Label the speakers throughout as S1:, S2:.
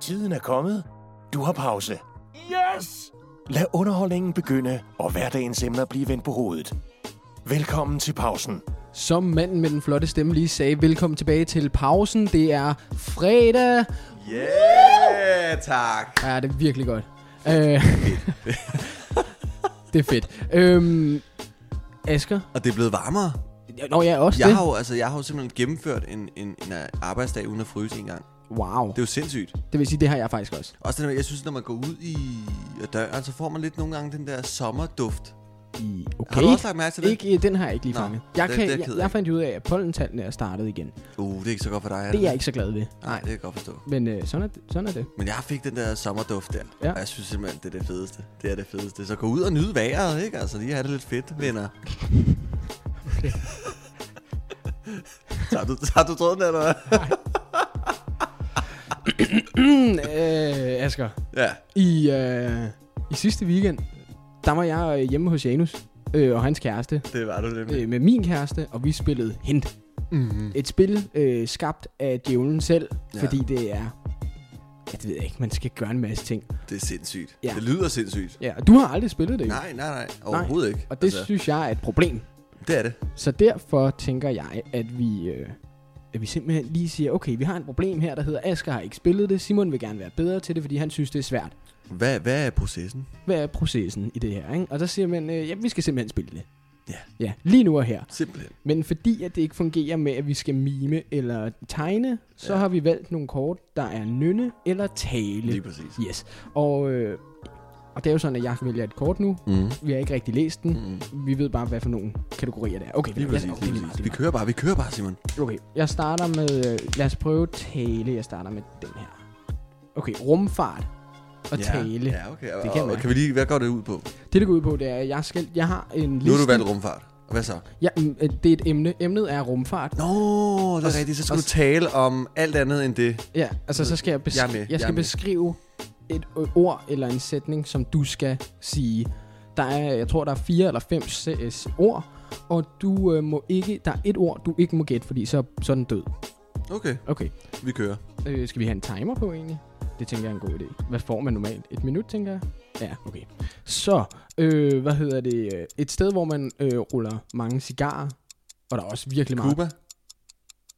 S1: Tiden er kommet. Du har pause.
S2: Yes!
S1: Lad underholdningen begynde, og hverdagens emner blive vendt på hovedet. Velkommen til pausen.
S3: Som manden med den flotte stemme lige sagde, velkommen tilbage til pausen. Det er fredag.
S2: Yeah, tak.
S3: Ja, det er virkelig godt. Øh, det er fedt. Øhm, Asger?
S2: Og det er blevet varmere.
S3: Ja, Nå, ja, også
S2: Jeg
S3: det.
S2: har jo, altså, jeg har jo simpelthen gennemført en, en, en arbejdsdag uden at fryse en gang.
S3: Wow.
S2: Det er jo sindssygt.
S3: Det vil sige, det har jeg faktisk også.
S2: Også det, der- jeg synes, når man går ud i ad døren, så får man lidt nogle gange den der sommerduft.
S3: I- Okay.
S2: Har du også lagt mærke til det?
S3: Ikke, den har jeg ikke lige
S2: Nå,
S3: fanget. jeg,
S2: det-
S3: kan,
S2: det er jeg
S3: jeg,
S2: ked
S3: jeg,
S2: af.
S3: fandt ud af, at pollentallene er startet igen.
S2: Uh, det er ikke så godt for dig.
S3: Det er jeg ikke så glad ved.
S2: Nej, det kan jeg godt forstå.
S3: Men øh, sådan, er det, sådan er det.
S2: Men jeg fik den der sommerduft der.
S3: Ja.
S2: Ja. Og jeg synes simpelthen, det er det fedeste. Det er det fedeste. Så gå ud og nyde vejret, ikke? Altså lige have det lidt fedt, venner. tager, du, tager du tråden, eller hvad? Hmm,
S3: Mm, øh, Asger,
S2: Ja.
S3: i, øh, i sidste weekend, der var jeg øh, hjemme hos Janus øh, og hans kæreste.
S2: Det var du nemlig.
S3: øh, med min kæreste, og vi spillede Hint. Mm-hmm. Et spil øh, skabt af djævlen selv, ja.
S2: Ja.
S3: fordi det er... Ja, det ved jeg ikke, man skal gøre en masse ting.
S2: Det er sindssygt.
S3: Ja.
S2: Ja. Det lyder sindssygt.
S3: Ja, og du har aldrig spillet det. jo.
S2: Nej, nej, nej. Overhovedet ikke.
S3: Og det altså. synes jeg er et problem.
S2: det er det.
S3: Så derfor tænker jeg, at vi, øh, at vi simpelthen lige siger, okay, vi har et problem her, der hedder, Asger har ikke spillet det, Simon vil gerne være bedre til det, fordi han synes, det er svært.
S2: Hvad, hvad er processen?
S3: Hvad er processen i det her? Ikke? Og så siger man, øh, ja, vi skal simpelthen spille det.
S2: Ja.
S3: Ja, lige nu og her.
S2: Simpelthen.
S3: Men fordi at det ikke fungerer med, at vi skal mime eller tegne, så ja. har vi valgt nogle kort, der er nynne eller tale.
S2: Lige præcis.
S3: Yes. Og, øh, og det er jo sådan, at jeg vælger et kort nu.
S2: Mm.
S3: Vi har ikke rigtig læst den.
S2: Mm.
S3: Vi ved bare, hvad for nogle kategorier det er. Okay,
S2: Lige
S3: ja,
S2: præcis,
S3: okay,
S2: lige
S3: det er
S2: præcis. Vi
S3: meget,
S2: kører bare, vi kører bare, Simon.
S3: det er meget. Okay, jeg starter med... Øh, lad os prøve tale. Jeg starter med den her. Okay, rumfart og tale.
S2: Ja, okay. Og,
S3: Det
S2: det
S3: kan
S2: kan og,
S3: man.
S2: kan vi lige, hvad går det ud på?
S3: Det, det går ud på, det er, at jeg, skal, jeg har en liste.
S2: Nu har du valgt rumfart. Og Hvad så?
S3: Ja, mm, øh, det er et emne. Emnet er rumfart.
S2: Nå, det
S3: Og-
S2: er rigtigt. Så skal
S3: og-
S2: du tale om alt andet end det.
S3: Ja, altså så skal jeg, beskri-
S2: Jeg er med,
S3: jeg
S2: jeg
S3: skal
S2: er med.
S3: beskrive et ø- ord eller en sætning, som du skal sige. Der er, jeg tror, der er fire eller fem CS ord, og du øh, må ikke, der er et ord, du ikke må gætte, fordi så, så er den død.
S2: Okay,
S3: Okay,
S2: vi kører.
S3: øh, skal vi have en timer på egentlig? Det tænker jeg er en god idé. Hvad får man normalt? Et minut, tænker jeg? Ja, okay. Så, øh, hvad hedder det? øh, Et sted, hvor man øh, ruller mange cigarer, og der er også virkelig meget.
S2: Cuba,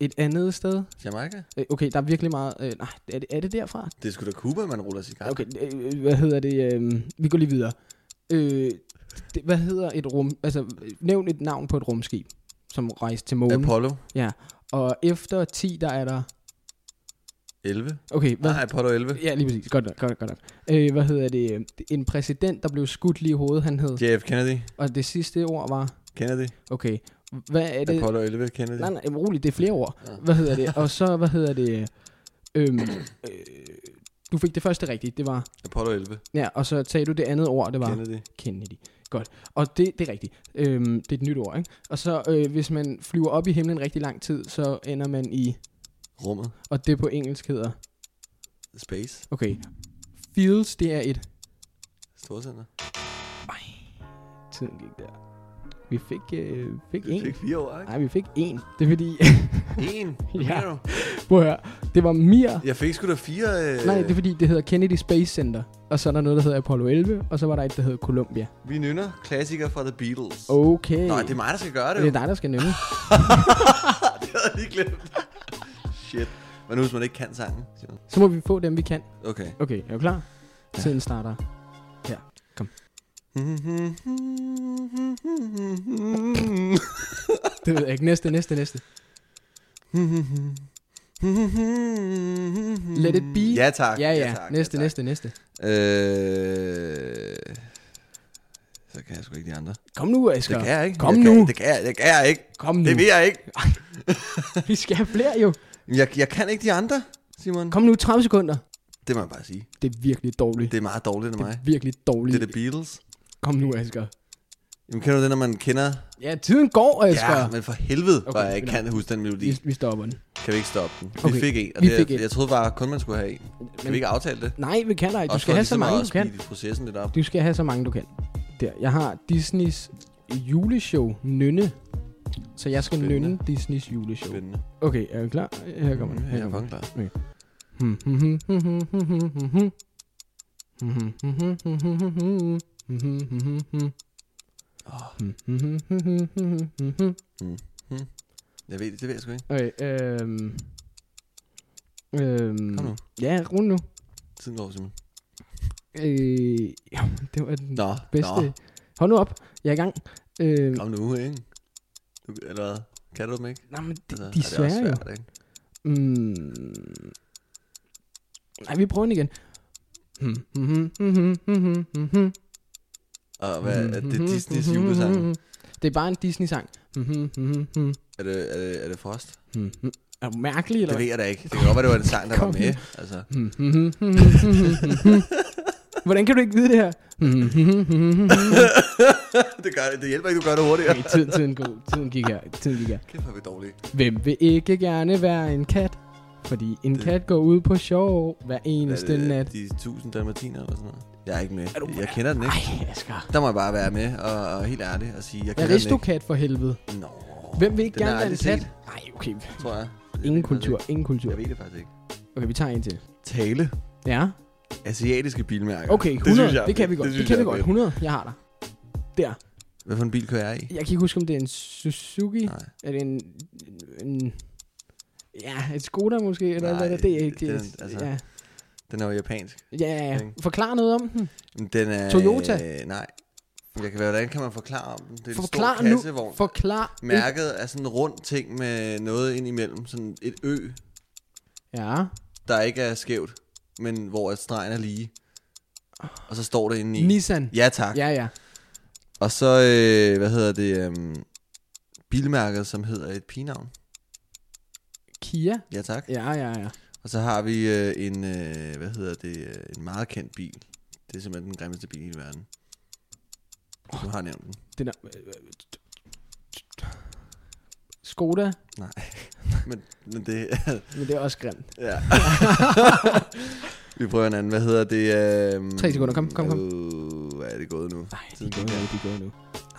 S3: Et andet sted?
S2: Jamaica.
S3: Øh, okay, der er virkelig meget. Øh, nej, er det, er det derfra?
S2: Det er sgu da Cuba, man ruller cigaret.
S3: Okay, øh, øh, hvad hedder det? Øh, vi går lige videre. Øh, det, hvad hedder et rum... Altså, øh, nævn et navn på et rumskib, som rejste til månen.
S2: Apollo
S3: Og efter 10, der er der...
S2: 11.
S3: Okay, hvad...
S2: Nej, øh. Apollo 11.
S3: Ja, lige præcis. Godt nok, godt nok, godt nok. Øh, hvad hedder det? øh, En præsident, der blev skudt lige i hovedet, han hed.
S2: JF Kennedy.
S3: Og det sidste ord var...
S2: Kennedy.
S3: Okay, hvad er det?
S2: Apollo 11 Kennedy.
S3: Nej, nej, jamen, rolig, det er flere ord.
S2: Ja.
S3: Hvad hedder det? Og så, hvad hedder det? Øhm, øh, du fik det første rigtigt, det var...
S2: Apollo 11
S3: Ja, og så sagde du det andet ord, det var...
S2: Kennedy.
S3: Kennedy. Godt. Og det, det er rigtigt. Øhm, det er et nyt ord, ikke? Og så, øh, hvis man flyver op i himlen rigtig lang tid, så ender man i,
S2: Rummet.
S3: og det på engelsk hedder,
S2: Space.
S3: okay, fields, det er et,
S2: Storcenter.
S3: tiden gik der. Vi fik, øh, fik
S2: Vi
S3: en.
S2: fik fire år, ikke?
S3: Nej, vi fik en. Det er fordi,
S2: En?
S3: Ja.
S2: ja.
S3: prøv at høre, det var Mir.
S2: Jeg fik sgu da fire... Øh...
S3: Nej, det er fordi, det hedder Kennedy Space Center. Og så er der noget, der hedder Apollo 11, og så var der et, der hedder Columbia.
S2: Vi nynner klassikere fra The Beatles.
S3: Okay.
S2: Nå, det er mig, der skal gøre det,
S3: det er
S2: jo.
S3: dig, der skal nævne.
S2: det havde jeg lige glemt. Shit. Men nu, hvis man ikke kan sangen. siger man.
S3: Så må vi få dem, vi kan.
S2: Okay.
S3: Okay, er du klar? Tiden starter. Her. Kom. Det ved jeg ikke. Næste, næste, næste. Let it be.
S2: Ja tak.
S3: Ja, ja.
S2: tak,
S3: næste,
S2: ja,
S3: næste,
S2: tak.
S3: næste.
S2: Øh... Så kan jeg sgu ikke de andre.
S3: Kom nu, Asger.
S2: Det kan jeg ikke.
S3: Kom
S2: jeg
S3: nu.
S2: Kan, det, kan jeg, det kan jeg ikke.
S3: Kom nu.
S2: Det ved jeg ikke.
S3: Vi skal have flere jo.
S2: Jeg, jeg kan ikke de andre, Simon.
S3: Kom nu, 30 sekunder.
S2: Det må jeg bare sige.
S3: Det er virkelig dårligt.
S2: Det er meget dårligt af
S3: Det
S2: mig.
S3: er virkelig
S2: Det
S3: dårligt.
S2: er The Beatles.
S3: Kom nu, Asger.
S2: Jamen, kender du det, når man kender...
S3: Ja, tiden går, Asger.
S2: Ja, men for helvede,
S3: Okay,
S2: okay, hvor jeg ikke
S3: fint.
S2: kan huske den melodi.
S3: vi, vi stopper den.
S2: Kan vi ikke stoppe den? Vi
S3: Okay,
S2: fik en, og
S3: vi
S2: det,
S3: fik
S2: fik
S3: en.
S2: jeg troede bare kun, man skulle have en. Kan
S3: Men-
S2: vi ikke aftale det?
S3: Nej, vi kan dig. Du
S2: Også
S3: skal
S2: for
S3: have så
S2: ligesom
S3: mange,
S2: at
S3: du kan.
S2: speede processen lidt op.
S3: Du skal have så mange, du kan. Der. Jeg har Disneys juleshow, Nynne. Så jeg skal
S2: Spændende.
S3: nynne Disneys juleshow.
S2: Spændende.
S3: Okay, er du klar? Her kommer den.
S2: Ja,
S3: Her
S2: jeg er
S3: kommer den.
S2: fucking klar.
S3: Okay.
S2: Jeg ved det, det ved jeg sgu ikke.
S3: Okay, øhm... Øhm...
S2: Kom nu.
S3: Ja, runde nu.
S2: Tiden går, Simon.
S3: Øh, ja, det var den
S2: Nå,
S3: bedste.
S2: nå.
S3: Hold nu op, jeg er i gang. Øh,
S2: Kom nu, ikke? Du, eller hvad? Kan du dem ikke?
S3: nej, men de,
S2: Altså,
S3: de er
S2: ja, det er også
S3: svære jo.
S2: svært, ikke?
S3: Mm. Nej, vi prøver den igen. Hmm, hmm, hmm, hmm, hmm, hmm, hmm.
S2: Og hvad, er det
S3: Mhm,
S2: Disneys
S3: mhm,
S2: julesang?
S3: mhm, mhm. Det er bare en Disney-sang. Mhm, mhm, mhm,
S2: Er det, er det, er det Frost?
S3: mhm, mhm. Er du mærkelig, eller
S2: Det
S3: hvad?
S2: ved jeg da ikke. Det kan godt være, det var en sang, der var
S3: Kom
S2: med. Altså,
S3: Mhm, mhm, mhm, mhm, mhm. Hvordan kan du ikke vide det her? Mhm, mhm, mhm, mhm.
S2: det, gør, det hjælper ikke, du gør det hurtigere.
S3: Okay, tiden, tiden, går. tiden gik her. Tiden gik her.
S2: Kæft, hvor er vi dårlige.
S3: Hvem vil ikke gerne være en kat? Fordi en
S2: Det-
S3: kat går ud på sjov hver
S2: Er
S3: eneste
S2: det
S3: nat.
S2: De 1000 dalmatiner eller sådan noget. Jeg er ikke med.
S3: Er du-
S2: Jeg kender den ikke.
S3: Ej, Asger.
S2: Der må jeg bare være med og, og helt ærlig og sige, jeg
S3: Jeg
S2: kender
S3: er
S2: den ikke.
S3: ristokat for helvede.
S2: Nå,
S3: Hvem vil ikke
S2: Den har
S3: gerne
S2: jeg
S3: være en
S2: aldrig
S3: kat?
S2: set.
S3: Nej, okay.
S2: tror jeg.
S3: Ingen kultur, ingen kultur.
S2: Jeg ved det faktisk ikke.
S3: Okay, vi tager en til.
S2: Tale.
S3: Ja.
S2: Asiatiske bilmærker.
S3: Okay,
S2: Det
S3: 100. Det,
S2: synes jeg er
S3: kan
S2: fedt.
S3: vi godt. Det,
S2: synes
S3: kan
S2: jeg
S3: vi
S2: er
S3: godt.
S2: fedt.
S3: 100. Jeg har dig. Der.
S2: Hvad for en bil kører jeg i?
S3: Jeg kan ikke huske, om det er en Suzuki. Nej.
S2: Nej.
S3: Er det en... en ja, et Skoda måske, eller
S2: Nej,
S3: hvad der det er ikke. Det,
S2: den-
S3: er-
S2: altså-
S3: ja.
S2: Den er jo japansk.
S3: ja, ja.
S2: Ikke?
S3: Forklar noget om den.
S2: Men Den er... øh,
S3: Toyota?
S2: Nej. Jeg kan, hvordan kan man forklare om den? Det er
S3: Forklar
S2: en stor
S3: nu.
S2: kassevogn.
S3: Forklar.
S2: Mærket er sådan en rund ting med noget ind imellem. Sådan et ø,
S3: Ja.
S2: der ikke er skævt, men hvor at stregen er lige. Og så står det inde i.
S3: Nissan.
S2: Ja, tak. Ja.
S3: Ja, ja.
S2: Og så, øh, hvad hedder det, øhm, bilmærket, som hedder et pigenavn.
S3: Kia.
S2: Ja, tak.
S3: Ja,
S2: Ja.
S3: ja, ja.
S2: Og så har vi øh, en, øh, hvad hedder det, øh, en meget kendt bil. Det er simpelthen den grimmeste bil i hele verden. Oh. Du har nævnt den.
S3: Den er... Skoda.
S2: Men, men det,
S3: Men det er også grimt.
S2: ja. vi prøver en anden. Hvad hedder det? Øh,
S3: Tre sekunder. Kom, kom, kom.
S2: Øh, hvad er det gået nu?
S3: Nej, de
S2: Tiden
S3: går
S2: gik
S3: nu, de går nu.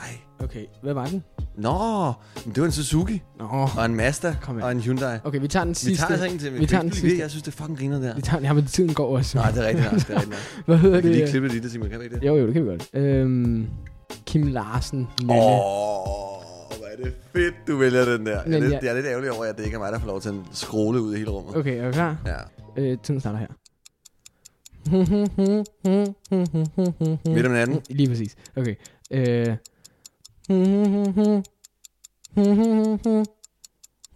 S2: Ej.
S3: Okay, hvad var den?
S2: Nå, men det var en Suzuki.
S3: Nå.
S2: Og en Mazda.
S3: Kom her.
S2: og en Hyundai.
S3: Okay, vi tager den sidste.
S2: Vi tager altså en til. men
S3: Vi
S2: kan
S3: tager
S2: ikke
S3: den
S2: blive ved.
S3: sidste.
S2: Jeg synes, det er fucking griner, det her.
S3: Vi tager den. Jamen, tiden går også.
S2: Nej, det er rigtigt nok. Det er rigtigt nok.
S3: Hvad hedder
S2: Vi kan
S3: det?
S2: lige klippe det i det, Simon. Kan vi ikke det?
S3: Jo, jo, det kan vi godt. Øhm, Kim Larsen.
S2: Åh,
S3: Nynne.
S2: oh, hvor er det fedt, du vælger den der. Jeg er,
S3: Men
S2: lidt,
S3: jeg-
S2: jeg er lidt ærgerlig over, at det ikke er mig, der får lov til at skråle ud i hele rummet.
S3: Okay, er du klar?
S2: Ja.
S3: Øh, tiden starter her.
S2: Midt om natten.
S3: Lige præcis. Okay. Øh.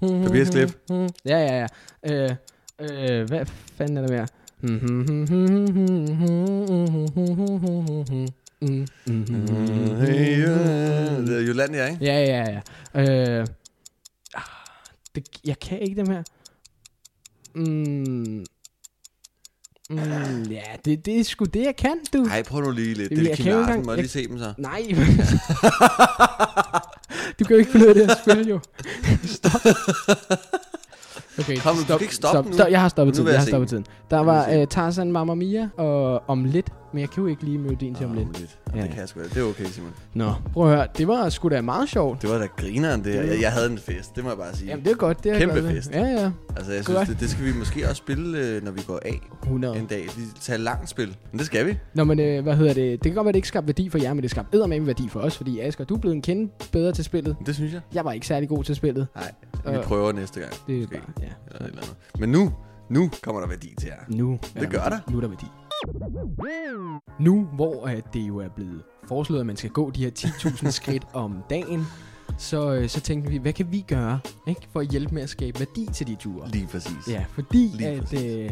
S2: Papirklip.
S3: Ja, ja, ja. Øh, øh, hvad fanden er der mere?
S2: Mm, hey, yeah. Det er Jolanda, ikke?
S3: Ja, ja, ja. Øh, ah, det, jeg kan ikke dem her. Mm, mm, ja, det, det er sgu det, jeg kan, du.
S2: Nej, prøv nu lige lidt.
S3: Jamen,
S2: Det er
S3: jeg
S2: Kim
S3: kan jo ikke
S2: Larsen.
S3: engang-
S2: Må jeg
S3: jeg-
S2: lige se dem så?
S3: Nej. du kan jo ikke finde ud af det her spil, jo. stop. Okay,
S2: Kom nu, du
S3: stop,
S2: skal ikke stoppe
S3: stop,
S2: nu.
S3: stop. Jeg har stoppet
S2: Nu
S3: tiden,
S2: vil jeg
S3: jeg har
S2: se
S3: stoppet tiden. Der
S2: Nu vil jeg
S3: var
S2: se
S3: uh, Tarzan, Mamma Mia og Om Lidt, men jeg kan jo ikke lige møde din til Om
S2: Ah,
S3: Lidt.
S2: lidt.
S3: Ja,
S2: Det
S3: ja.
S2: kan jeg sgu da. Det er okay, Simon.
S3: Nå, prøv at høre, det var sgu da meget sjovt.
S2: Det var da grineren, det her. Jeg, jeg havde en fest, det må jeg bare sige.
S3: Jamen, det er godt, det er
S2: Kæmpe
S3: godt.
S2: fest.
S3: Ja, ja.
S2: Altså, jeg
S3: Godt.
S2: synes, det, det skal vi måske også spille, øh, når vi går af
S3: 100.
S2: en dag. Vi tager langt spil. Men det skal vi.
S3: Nå, men øh, hvad hedder det? Det kan godt være, det ikke skabte værdi for jer, men det skabte eddermame værdi for os, fordi Asger, du er blevet en kende bedre til spillet.
S2: Det synes jeg.
S3: Jeg var ikke særlig god til spillet.
S2: Nej, vi
S3: Øh,
S2: prøver næste gang.
S3: Det er
S2: måske.
S3: bare, ja.
S2: Eller et eller andet. Men nu, nu kommer der værdi til jer.
S3: Nu er
S2: Det gør
S3: værdi. Nu er der værdi. Nu, hvor at det jo er blevet foreslået, at man skal gå de her 10.000 skridt om dagen, så, øh, så tænkte vi, hvad kan vi gøre ikke, for at hjælpe med at skabe værdi til de ture?
S2: Lige præcis.
S3: Ja, fordi
S2: Lige
S3: at,
S2: præcis.
S3: øh,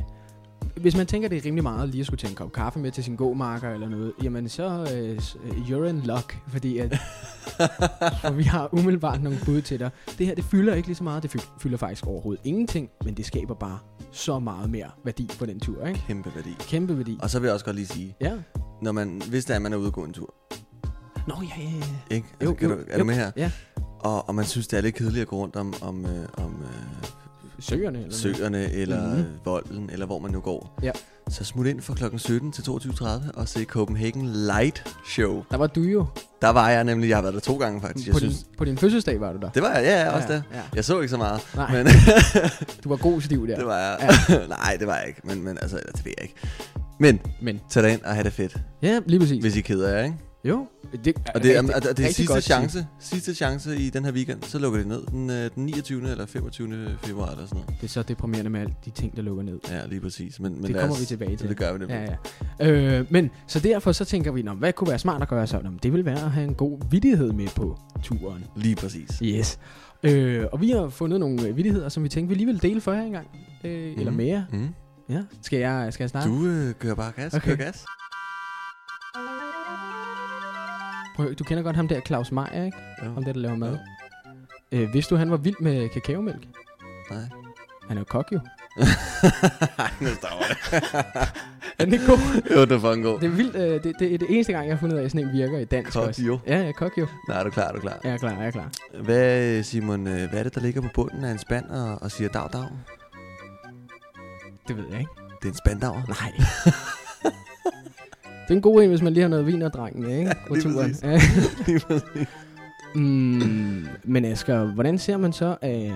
S3: hvis man tænker, det er rimelig meget lige at skulle tage en kop kaffe med til sin gåmarker eller noget, jamen så øh, s- øh, you're in luck, fordi at, for vi har umiddelbart nogle bud til dig. Det her, det fylder ikke lige så meget, det fyl- fylder faktisk overhovedet ingenting, men det skaber bare så meget mere værdi på den tur, ikke?
S2: Kæmpe værdi.
S3: Kæmpe værdi.
S2: Og så vil jeg også godt lige sige,
S3: Ja.
S2: når man, hvis der er, man er ude og gå en tur,
S3: Nå, ja, ja, ja.
S2: ikke? Altså,
S3: Jo,
S2: kan
S3: jo,
S2: du, er
S3: jo.
S2: du med her?
S3: Ja.
S2: Og, og man synes, det er lidt kedeligt at gå rundt om, om, øh, om øh,
S3: Søerne eller noget.
S2: søerne, eller
S3: Mhm.
S2: mm-hmm. volden, eller hvor man nu går.
S3: Ja.
S2: Så smut ind fra kl. 17 til 22.30 og se Copenhagen Light Show.
S3: Der var du jo.
S2: Der var jeg nemlig, jeg har været der to gange faktisk. Altså, Jeg
S3: På din, på din fødselsdag var du der.
S2: Det var jeg, ja, ja også
S3: Ja,
S2: der.
S3: ja.
S2: Jeg så ikke så meget,
S3: Nej,
S2: men
S3: du var god stiv der.
S2: det var jeg. Nej, det var jeg ikke, men, men altså, det ved jeg ikke. Men
S3: Men
S2: tag dig ind og have det fedt,
S3: ja, lige præcis.
S2: hvis I keder jer, ikke?
S3: Jo. Det, er,
S2: Og det, er, og det, er
S3: rigtig
S2: sidste
S3: godt
S2: chance, sidste chance i den her weekend, så lukker det ned den, øh, den 29. eller 25. februar eller sådan noget.
S3: tip. Det er så deprimerende med alle de ting, der lukker ned.
S2: Ja, lige præcis. Men, men
S3: Men det
S2: lad
S3: kommer
S2: os-
S3: vi tilbage til.
S2: Det gør vi nemlig.
S3: Ja, ja. Øh, men så derfor så tænker vi, nå, hvad kunne være smart at gøre så? Nå, men det vil være at have en god vidighed med på turen.
S2: Lige præcis.
S3: Yes. Øh, og vi har fundet nogle øh, vidigheder, som vi tænkte, vi lige ville dele for jer engang. Øh, mm. Eller
S2: Mhm.
S3: mere.
S2: Mm.
S3: Ja. Skal jeg, skal jeg starte?
S2: Du øh, kører bare gas,
S3: Okay.
S2: okay. kører gas.
S3: Prøv, du kender godt ham der, Claus Meier, ikke?
S2: Jo.
S3: Ham der, der laver mad. Øh, hvis du, han var vild med kakaomælk?
S2: Nej.
S3: Han er jo kok, jo.
S2: Nej, nu stopper det.
S3: Er den ikke god?
S2: Jo, det er fucking god.
S3: Det er vildt. Øh, det, det, er det eneste gang, jeg har fundet ud af, at sådan en virker i dansk
S2: Kok,
S3: også.
S2: jo.
S3: Ja, ja, kok, jo.
S2: Nej, er du klar, er du klar.
S3: Jeg er klar, jeg er klar.
S2: Hvad, øh, Simon, øh, hvad er det, der ligger på bunden af en spand og, og siger dag, dag?
S3: Det ved jeg ikke.
S2: Det er en spandauer.
S3: Nej. det er en god en, hvis man lige har noget vin og drengen med, ikke? Ja,
S2: lige præcis.
S3: Ja. mm, men Asger, hvordan ser man så, øh,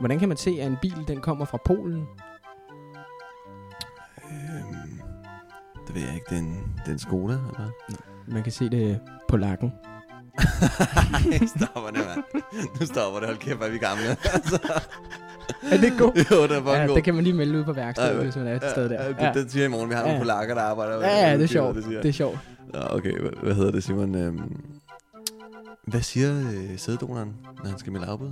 S3: hvordan kan man se, at en bil den kommer fra Polen?
S2: øhm, det ved jeg ikke. Det er en, det er en skole, eller?
S3: Man kan se det på lakken.
S2: Nej, stopper det, mand. Nu stopper det. Hold kæft, hvor er vi gamle. altså,
S3: Er det god?
S2: jo, det er fucking
S3: ja,
S2: god.
S3: det kan man lige melde ud på værkstedet,
S2: Ej,
S3: hvis man er et sted der.
S2: Ja, det,
S3: Ja,
S2: det siger jeg i morgen. Vi har nogle
S3: Ja.
S2: polakker, der arbejder.
S3: ja, ja det er
S2: siger,
S3: sjovt.
S2: Det siger.
S3: Det er sjovt.
S2: Nå, okay, hvad, hvad hedder det, Simon? Øhm, hvad siger øh, sæddoneren, når han skal melde afbud?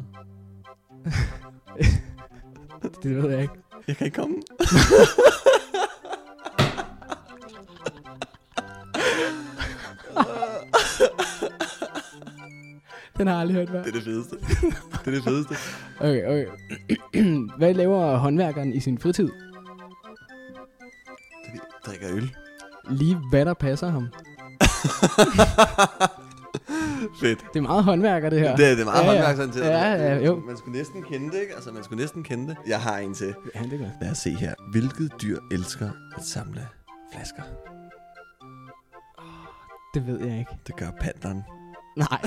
S3: Det ved jeg ikke.
S2: Jeg kan ikke komme.
S3: Den har jeg aldrig hørt før.
S2: Det er det fedeste. det er det fedeste.
S3: Okay, okay. Hvad laver håndværkeren i sin fritid?
S2: Drikker øl.
S3: Lige hvad der passer ham.
S2: Fedt.
S3: Det er meget håndværker, det her.
S2: Det, er- det er meget
S3: Ja, ja.
S2: håndværksorienteret.
S3: Ja, ja, jo.
S2: Man skulle næsten kende det, ikke? Altså, man skulle næsten kende det. Jeg har en til.
S3: Ja, det gør.
S2: Lad os se her. Hvilket dyr elsker at samle flasker?
S3: Det ved jeg ikke.
S2: Det gør panderen.
S3: Nej.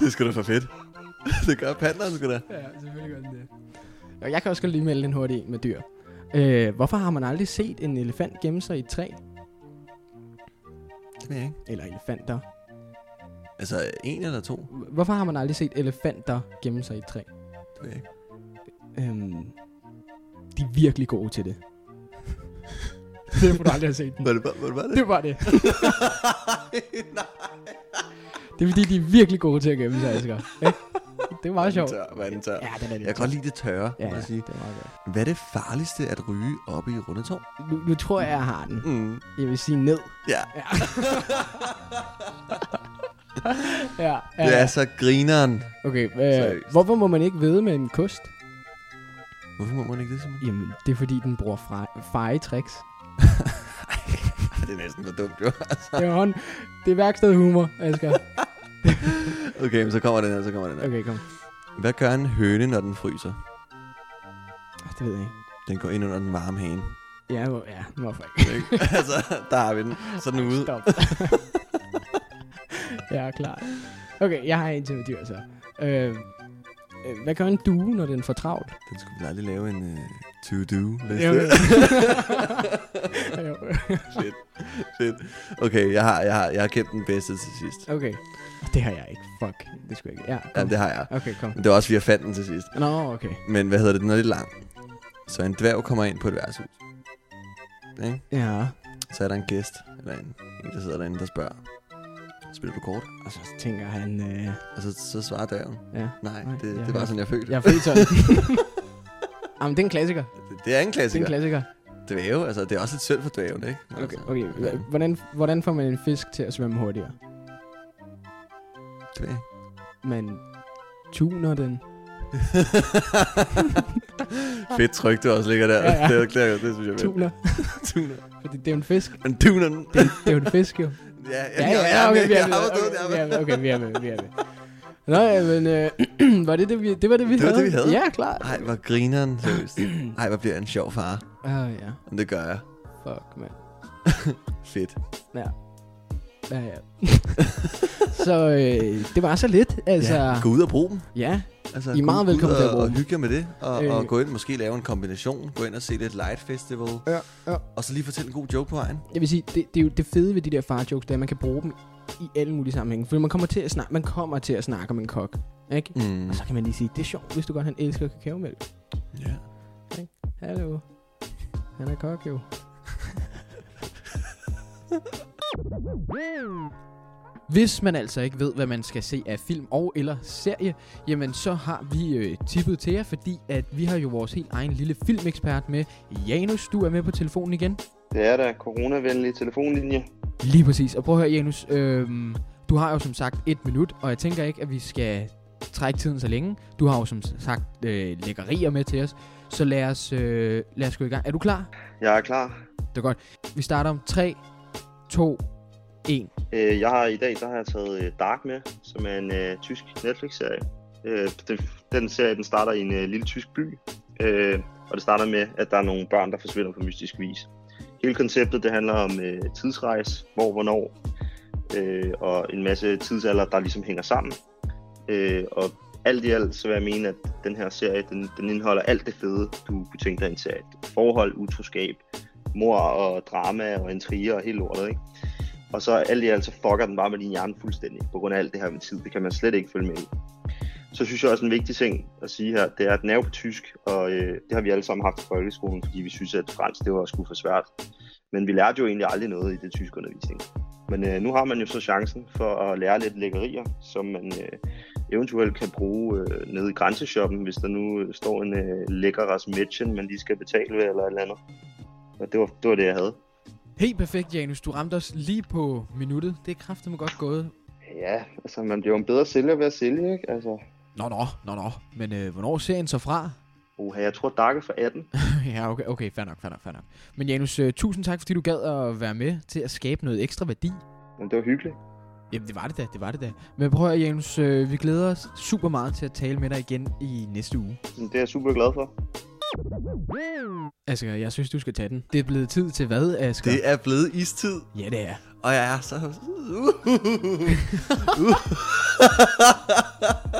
S2: det skulle da for fedt. det gør panderen, sgu da.
S3: ja, selvfølgelig gør den det. Og jeg kan også godt lige melde en hurtig en med dyr. Øh, hvorfor har man aldrig set en elefant gemme sig i et træ?
S2: Det ved jeg ikke.
S3: Eller elefanter.
S2: Altså, en eller to?
S3: H- Hvorfor har man aldrig set elefanter gemme sig i et træ?
S2: Det ved jeg ikke.
S3: Øhm, de er virkelig gode til det. det er, for du aldrig har set dem.
S2: Var det bare var det? Bare det?
S3: Det var det.
S2: Nej.
S3: Det er fordi, de er virkelig gode til at gemme sig, Asger. Ja? Det er meget sjovt.
S2: Tør, vand tør.
S3: Ja, det er det.
S2: Jeg kan godt lide det tørre,
S3: Ja,
S2: må jeg sige.
S3: det er meget godt.
S2: Hvad er det farligste at ryge oppe i Rundetårn?
S3: Nu, nu tror jeg, jeg har den.
S2: Mm.
S3: Jeg vil sige ned.
S2: Ja.
S3: Ja. ja, ja.
S2: Det er så grineren.
S3: Okay, øh,
S2: Seriøst.
S3: hvorfor må man ikke vide med en kost?
S2: Hvorfor må man ikke det, Simon?
S3: Jamen, det er fordi, den bruger fre- feje tricks.
S2: Ej, det er næsten for dumt, jo. Altså.
S3: Det er, hånd- det er værkstedhumor, Asger.
S2: Okay, men så kommer den her, så kommer den her.
S3: Okay, kom.
S2: Hvad gør en høne, når den fryser?
S3: Ah, Det ved jeg ikke.
S2: Den går ind under den varme hane.
S3: Ja, hvor- ja hvorfor ikke?
S2: Ikke? altså, der har vi den. Så er den ude.
S3: Stop. jeg er klar. Okay, jeg har en til med dyr, så. Øh, øh, hvad gør en due, når den får travlt?
S2: Den skulle vi aldrig lave en uh, to-do. hvis
S3: Jo, jo.
S2: det-
S3: Jo.
S2: Fedt. Fedt. Okay, jeg har, jeg har, jeg har kendt den bedste til sidst.
S3: okay. Det har jeg ikke. Fuck. Det skulle jeg ikke. Ja, kom.
S2: Ja, det har jeg.
S3: Okay, kom.
S2: Men det var også, vi har fandt den til sidst.
S3: Nå, okay.
S2: Men hvad hedder det? Den er lidt lang. Så en dværg kommer ind på et værtshus. Ikke?
S3: Ja.
S2: Så er der en gæst, eller en, en der sidder derinde, der spørger. Spiller du kort?
S3: Og så tænker han, øh,
S2: Og så, så svarer dværgen.
S3: ja,
S2: Nej,
S3: Nej,
S2: Nej det,
S3: jeg
S2: det var
S3: har-
S2: sådan, jeg følte.
S3: jeg
S2: Ja.
S3: er fri sådan. Jamen, det er en klassiker.
S2: Det, det
S3: Det
S2: er en
S3: er en
S2: klassiker.
S3: klassiker.
S2: Dvæve, altså det er også lidt synd for dvæven, ikke?
S3: Okay,
S2: Altså,
S3: okay.
S2: ja,
S3: Hvordan, hvordan får man en fisk til at svømme hurtigere?
S2: det ved jeg ikke.
S3: Man tuner den.
S2: Fedt tryk, du også ligger der.
S3: Ja,
S2: Ja,
S3: ja.
S2: ja. Det, er klar, det synes jeg er fedt.
S3: Tuner.
S2: Tuner.
S3: Fordi det er jo en fisk.
S2: Men tuneren.
S3: Det er, det er jo en fisk, jo.
S2: Ja, ja, ja, ja, okay,
S3: vi
S2: jeg
S3: er
S2: har
S3: med.
S2: forstået det.
S3: Okay, vi er med, okay, vi er med, vi er med. Nå ja, men øh, var det det, vi, det var det, vi
S2: Det var
S3: havde?
S2: det, vi havde?
S3: Ja, klart.
S2: Ej, hvor grineren, seriøst. Ej, hvor bliver jeg en sjov far.
S3: Åh oh, ja,
S2: Men det gør jeg.
S3: fuck, mand.
S2: Fedt.
S3: Ja. Ja, ja. så øh, det var så lidt, altså.
S2: Ja, gå ud og brug dem.
S3: ja.
S2: Altså,
S3: I er
S2: gå
S3: meget
S2: ud
S3: velkommen til at
S2: og,
S3: bruge
S2: og
S3: dem.
S2: hygge jer med det. Og, øh.
S3: Øh.
S2: og gå ind og måske lave en kombination. Gå ind og se lidt Light Festival.
S3: Ja, ja.
S2: Og så lige fortælle en god joke på vejen.
S3: Jeg vil sige, det, det er jo det fede ved de der farjokes, det er, at man kan bruge dem i alle mulige sammenhænge. Fordi man kommer til at snakke, man kommer til at snakke om en kok, ikke?
S2: Mm.
S3: Og så kan man lige sige, det er sjovt, hvis du godt, han elsker kakaomælk.
S2: Ja.
S3: Hallo. Han er kok jo. Hvis man altså ikke ved, hvad man skal se af film og eller serie, jamen så har vi øh, tippet til jer, fordi at vi har jo vores helt egen lille filmekspert med. Janus, du er med på telefonen igen.
S4: Det er da coronavenlige telefonlinje.
S3: Lige præcis. Og prøv at høre, Janus. Øhm, du har jo som sagt et minut, og jeg tænker ikke, at vi skal trække tiden så længe. Du har jo som sagt øh, lækkerier med til os, så lad os, øh, lad os gå i gang. Er du klar?
S4: Jeg er klar.
S3: Det er godt. Vi starter om 3, 2, 1.
S4: Øh, Jeg har i dag, der har jeg taget øh, Dark med, som er en øh, tysk Netflix-serie. Øh, det- Den serie, den starter i en øh, lille tysk by, øh, og det starter med, at der er nogle børn, der forsvinder på mystisk vis. Hele konceptet, det handler om øh, tidsrejse, hvor, hvornår, øh, og en masse tidsalder, der ligesom hænger sammen. Øh, og alt i alt, så vil jeg mene, at den her serie, den, den indeholder alt det fede, du kunne tænke dig i en serie. Forhold, utroskab, mor og drama og intriger og hele lortet, ikke? Og så alt i alt, så fucker den bare med din hjerne fuldstændig, på grund af alt det her med tid. Det kan man slet ikke følge med i. Så synes jeg også en vigtig ting at sige her, det er, at den er jo på tysk, og øh, det har vi alle sammen haft i folkeskolen, fordi vi synes, at fransk, det var sgu for svært. Men vi lærte jo egentlig aldrig noget i det tyske undervisning. Men øh, nu har man jo så chancen for at lære lidt lækkerier, som man øh, eventuelt kan bruge øh, nede i grænseshoppen, hvis der nu øh, står en øh, lækkeres Mädchen, man lige skal betale ved eller et eller andet. Og det var, det var det, jeg havde.
S3: Helt perfekt, Janus. Du ramte os lige på minuttet. Det er kraftigt godt gået.
S4: Ja, altså man bliver jo en bedre sælger ved at sælge, ikke? Altså,
S3: Nå, nå, nå, nå. Men øh, hvornår er serien så fra?
S4: uha, jeg tror Dark er for 18.
S3: ja, okay, okay, fair nok, fair nok, fair nok. Men Janus, øh, tusind tak, fordi du gad at være med til at skabe noget ekstra værdi.
S4: Men det var hyggeligt.
S3: Jamen, det var det da, det var det da. Men prøv at høre, Janus, øh, vi glæder os super meget til at tale med dig igen i næste uge.
S4: Så Det er jeg super glad for.
S3: Asger, jeg synes, du skal tage den. Det er blevet tid til hvad, Asger?
S2: Det er blevet istid.
S3: Ja, det er.
S2: Og jeg er så...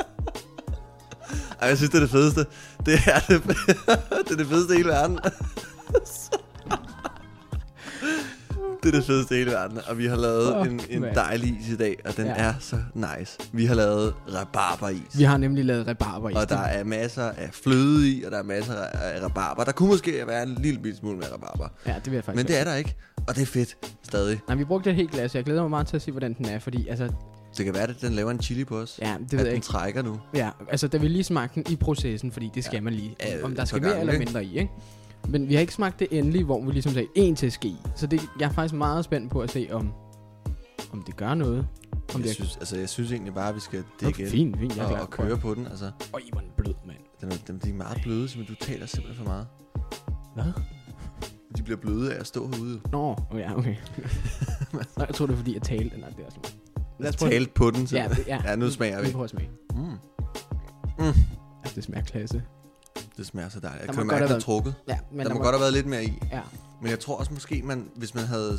S2: Ej, jeg synes, det er det fedeste. Det er det, det, er det fedeste i hele verden. det er det fedeste i hele verden. Og vi har lavet en,
S3: Fuck,
S2: en
S3: mand.
S2: dejlig is i dag, og den
S3: Ja.
S2: ja. er så nice. Vi har lavet rabarberis.
S3: Vi har nemlig lavet rebarber i
S2: Og der er masser af fløde i, og der er masser af rabarber. Der kunne måske være en lille bitte smule mere rabarber.
S3: Ja, det vil jeg faktisk
S2: Men
S3: også.
S2: det er der ikke, og det er fedt stadig.
S3: Nej, vi brugte et helt glas. Jeg glæder mig meget til at se, hvordan den er, fordi altså,
S2: Det kan være, at den laver en chili på os.
S3: ja, det ved jeg
S2: at den
S3: ikke.
S2: trækker nu.
S3: Ja, altså, da vi lige smagte den i processen, fordi det skal ja. man lige,
S2: Ja,
S3: om- om
S2: et
S3: der
S2: par
S3: skal mere
S2: gange,
S3: eller
S2: ikke?
S3: mindre i, ikke? Men vi har ikke smagt det endelige, hvor vi ligesom sagde, en til ske. Så det, jeg er faktisk meget spændt på at se, om, om det gør noget. Om
S2: Jeg
S3: det er-
S2: synes, altså, jeg synes egentlig bare, at vi skal
S3: Nå,
S2: dække ind
S3: fint, fint, jeg er
S2: og,
S3: klar.
S2: og køre på den. Altså,
S3: Øj, hvor er den blød, mand.
S2: den er, den, de er meget bløde, så du taler simpelthen for meget.
S3: Hvad?
S2: De bliver bløde af at stå herude.
S3: Nå, oh, ja, okay. Nå, jeg tror, det er fordi, jeg talte. Nej, det er også meget.
S2: Lad os tale Altså, på den. Så.
S3: Ja, det- ja.
S2: ja, nu smager vi.
S3: Vi prøver at smage.
S2: Mm,
S3: Altså, det smager klasse.
S2: det smager så dejligt. Jeg
S3: Der
S2: kan
S3: må
S2: mærke,
S3: godt
S2: at
S3: have
S2: den er trukket.
S3: Ja,
S2: Men der, må, godt have været lidt mere i.
S3: Ja,
S2: Men jeg tror også måske, man, hvis man havde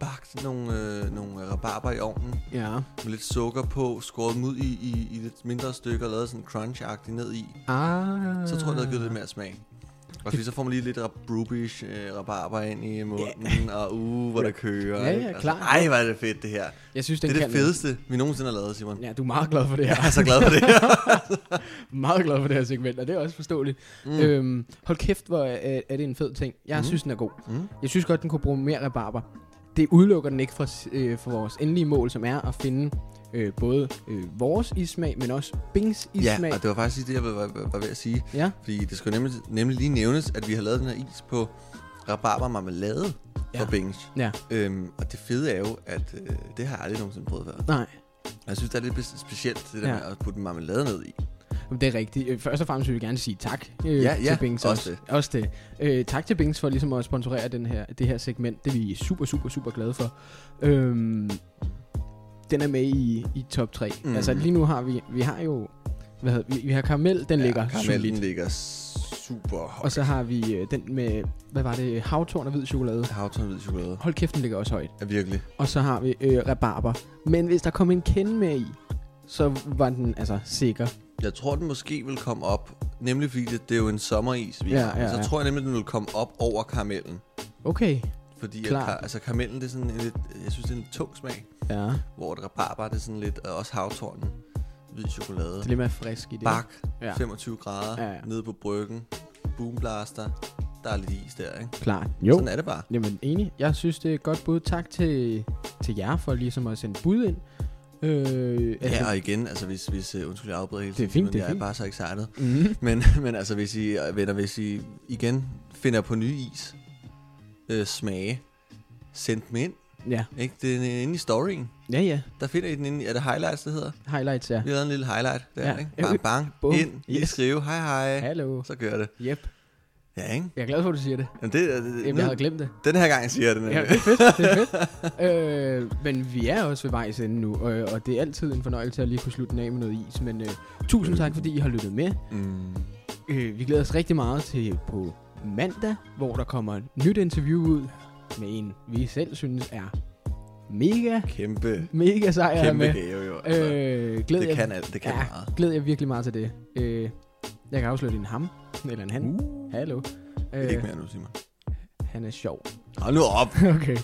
S2: bagt nogle, øh, nogle rabarber i ovnen
S3: ja.
S2: med lidt sukker på, skåret dem ud i, i, i lidt mindre stykker og lavet sådan crunch-agtigt ned i,
S3: Ah.
S2: så tror jeg, det havde givet lidt mere smag. Og fordi så får man lige lidt rab- rubish øh, rabarber ind i munden, yeah. og uh, hvor der kører.
S3: Ja,
S2: ikke?
S3: ja,
S2: Og
S3: klart.
S2: Så, ej, hvor er det fedt, det her. Den
S3: Jeg synes, den
S2: det er
S3: kan
S2: det fedeste, altså, vi nogensinde har lavet, Simon.
S3: Ja, du er meget glad for det her.
S2: Jeg er så glad for det her.
S3: meget glad for det her segment, og det er også forståeligt. Mm. Øhm, hold kæft, hvor er, er det en fed ting. Jeg mm. synes, den er god. Mm. Jeg synes godt, den kunne bruge mere rabarber. Det udelukker den ikke fra, s- øh, fra vores endelige mål, som er at finde øh, både øh, vores ismag, men også Bings
S2: ja,
S3: ismag.
S2: og det var faktisk lige det, jeg var, var, var ved at sige.
S3: Ja.
S2: Fordi det skulle nemlig, nemlig lige nævnes, at vi har lavet den her is på rabarber marmelade
S3: Ja.
S2: ja. fra Bings.
S3: ja.
S2: Øhm, og det fede er jo, at øh, det har jeg aldrig nogensinde prøvet før.
S3: Nej,
S2: Og Jeg synes, det er lidt bes- specielt, det der
S3: Ja.
S2: ja. med at putte marmelade ned i.
S3: men det er rigtigt. Øh, Først og fremmest vil vi gerne sige tak øh,
S2: Ja, ja,
S3: til Bings.
S2: også
S3: det. Også det. Øh, tak til Bings for ligesom at sponsorere den her, det her segment. Det er vi super, super, super glade for. Øhm, den er med i, i top 3. Mm.
S2: Mm.
S3: Altså lige nu har vi, vi har jo, hvad hedder, vi, vi har karamel, den ja, ligger
S2: Karamellen
S3: solidt.
S2: ligger super højt.
S3: Og så har vi øh, den med, hvad var det, havtorn og hvid chokolade.
S2: Havtorn hvid chokolade.
S3: Hold kæft, den ligger også højt.
S2: Ja, virkelig.
S3: Og så har vi øh, rabarber. Men hvis der kom en kende med i, så var den altså sikker.
S2: Jeg tror, den måske vil komme op, nemlig fordi det, det er jo en sommeris, vi
S3: Ja,
S2: ja, ja,
S3: ja,
S2: ja.
S3: ja.
S2: Så tror jeg nemlig, den vil komme op over karamellen.
S3: Okay.
S2: Fordi at,
S3: Klart.
S2: kar- altså, karamellen, det er sådan en lidt, jeg synes, det er en lidt tung smag.
S3: Ja,
S2: Hvor et rabarber, det er sådan lidt, og også havtornen, hvid chokolade,
S3: det er lidt mere frisk i det.
S2: bak,
S3: Ja.
S2: ja. 25 grader,
S3: Ja,
S2: ja,
S3: ja.
S2: ja. nede på bryggen, boomblaster, der er lidt is der, ikke?
S3: Klart.
S2: Jo.
S3: Jo.
S2: Sådan er det bare.
S3: Jamen, enig. Jeg synes, det er et godt bud. Tak til, til jer for ligesom at sende bud ind. Øh,
S2: Ja, og igen, altså hvis, hvis øh, undskyld, jeg afbryder hele
S3: Det er
S2: tiden,
S3: fint,
S2: men
S3: det er
S2: jeg
S3: fint.
S2: er bare så excited.
S3: mm,
S2: Men, men altså, hvis I, øh, venner, hvis I igen finder på nye is, øh, smage, send dem ind.
S3: ja.
S2: Ikke? Det er inde i storyen.
S3: ja, ja.
S2: Der finder I den inde i, er det highlights, det hedder?
S3: Highlights, ja.
S2: Vi har lavet en lille highlight der,
S3: Ja.
S2: ja. ikke? Bang, bang,
S3: Bum.
S2: ind, lige
S3: Yes.
S2: skrive, hej, hej.
S3: Hallo.
S2: Så kører det.
S3: Yep.
S2: Ja, ikke?
S3: Jeg er glad for, at du siger det.
S2: Jamen, det, er- det,
S3: Jamen, jeg havde
S2: det,
S3: glemt det.
S2: den her gang siger jeg det.
S3: Ja,
S2: nemlig.
S3: det er fedt, det er fedt. øh, men vi er også ved vejs ende nu, øh, og det er altid en fornøjelse at lige kunne slutte den af med noget is. Men øh, tusind tak, fordi I har lyttet med.
S2: Mm.
S3: Øh, vi glæder os rigtig meget til på mandag, hvor der kommer et nyt interview ud med en, vi selv synes er mega,
S2: Kæmpe,
S3: mega sej at have
S2: kæmpe
S3: med.
S2: gave, jo. Altså, øh,
S3: Øh, glæder
S2: det
S3: jeg,
S2: kan alt, det kan
S3: ja,
S2: meget.
S3: glæder jeg virkelig meget til det. Øh, jeg kan afsløre din ham, eller en han.
S2: Uh,
S3: Hallo.
S2: ikke
S3: Øh,
S2: mere nu, Simon.
S3: han er sjov.
S2: Hold nu op.
S3: okay.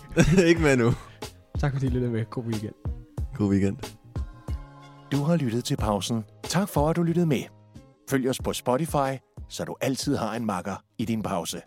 S2: ikke mere nu.
S3: Tak fordi I lyttede med. God weekend.
S2: God weekend.
S1: Du har lyttet til pausen. Tak for, at du lyttede med. Følg os på Spotify, så du altid har en makker i din pause.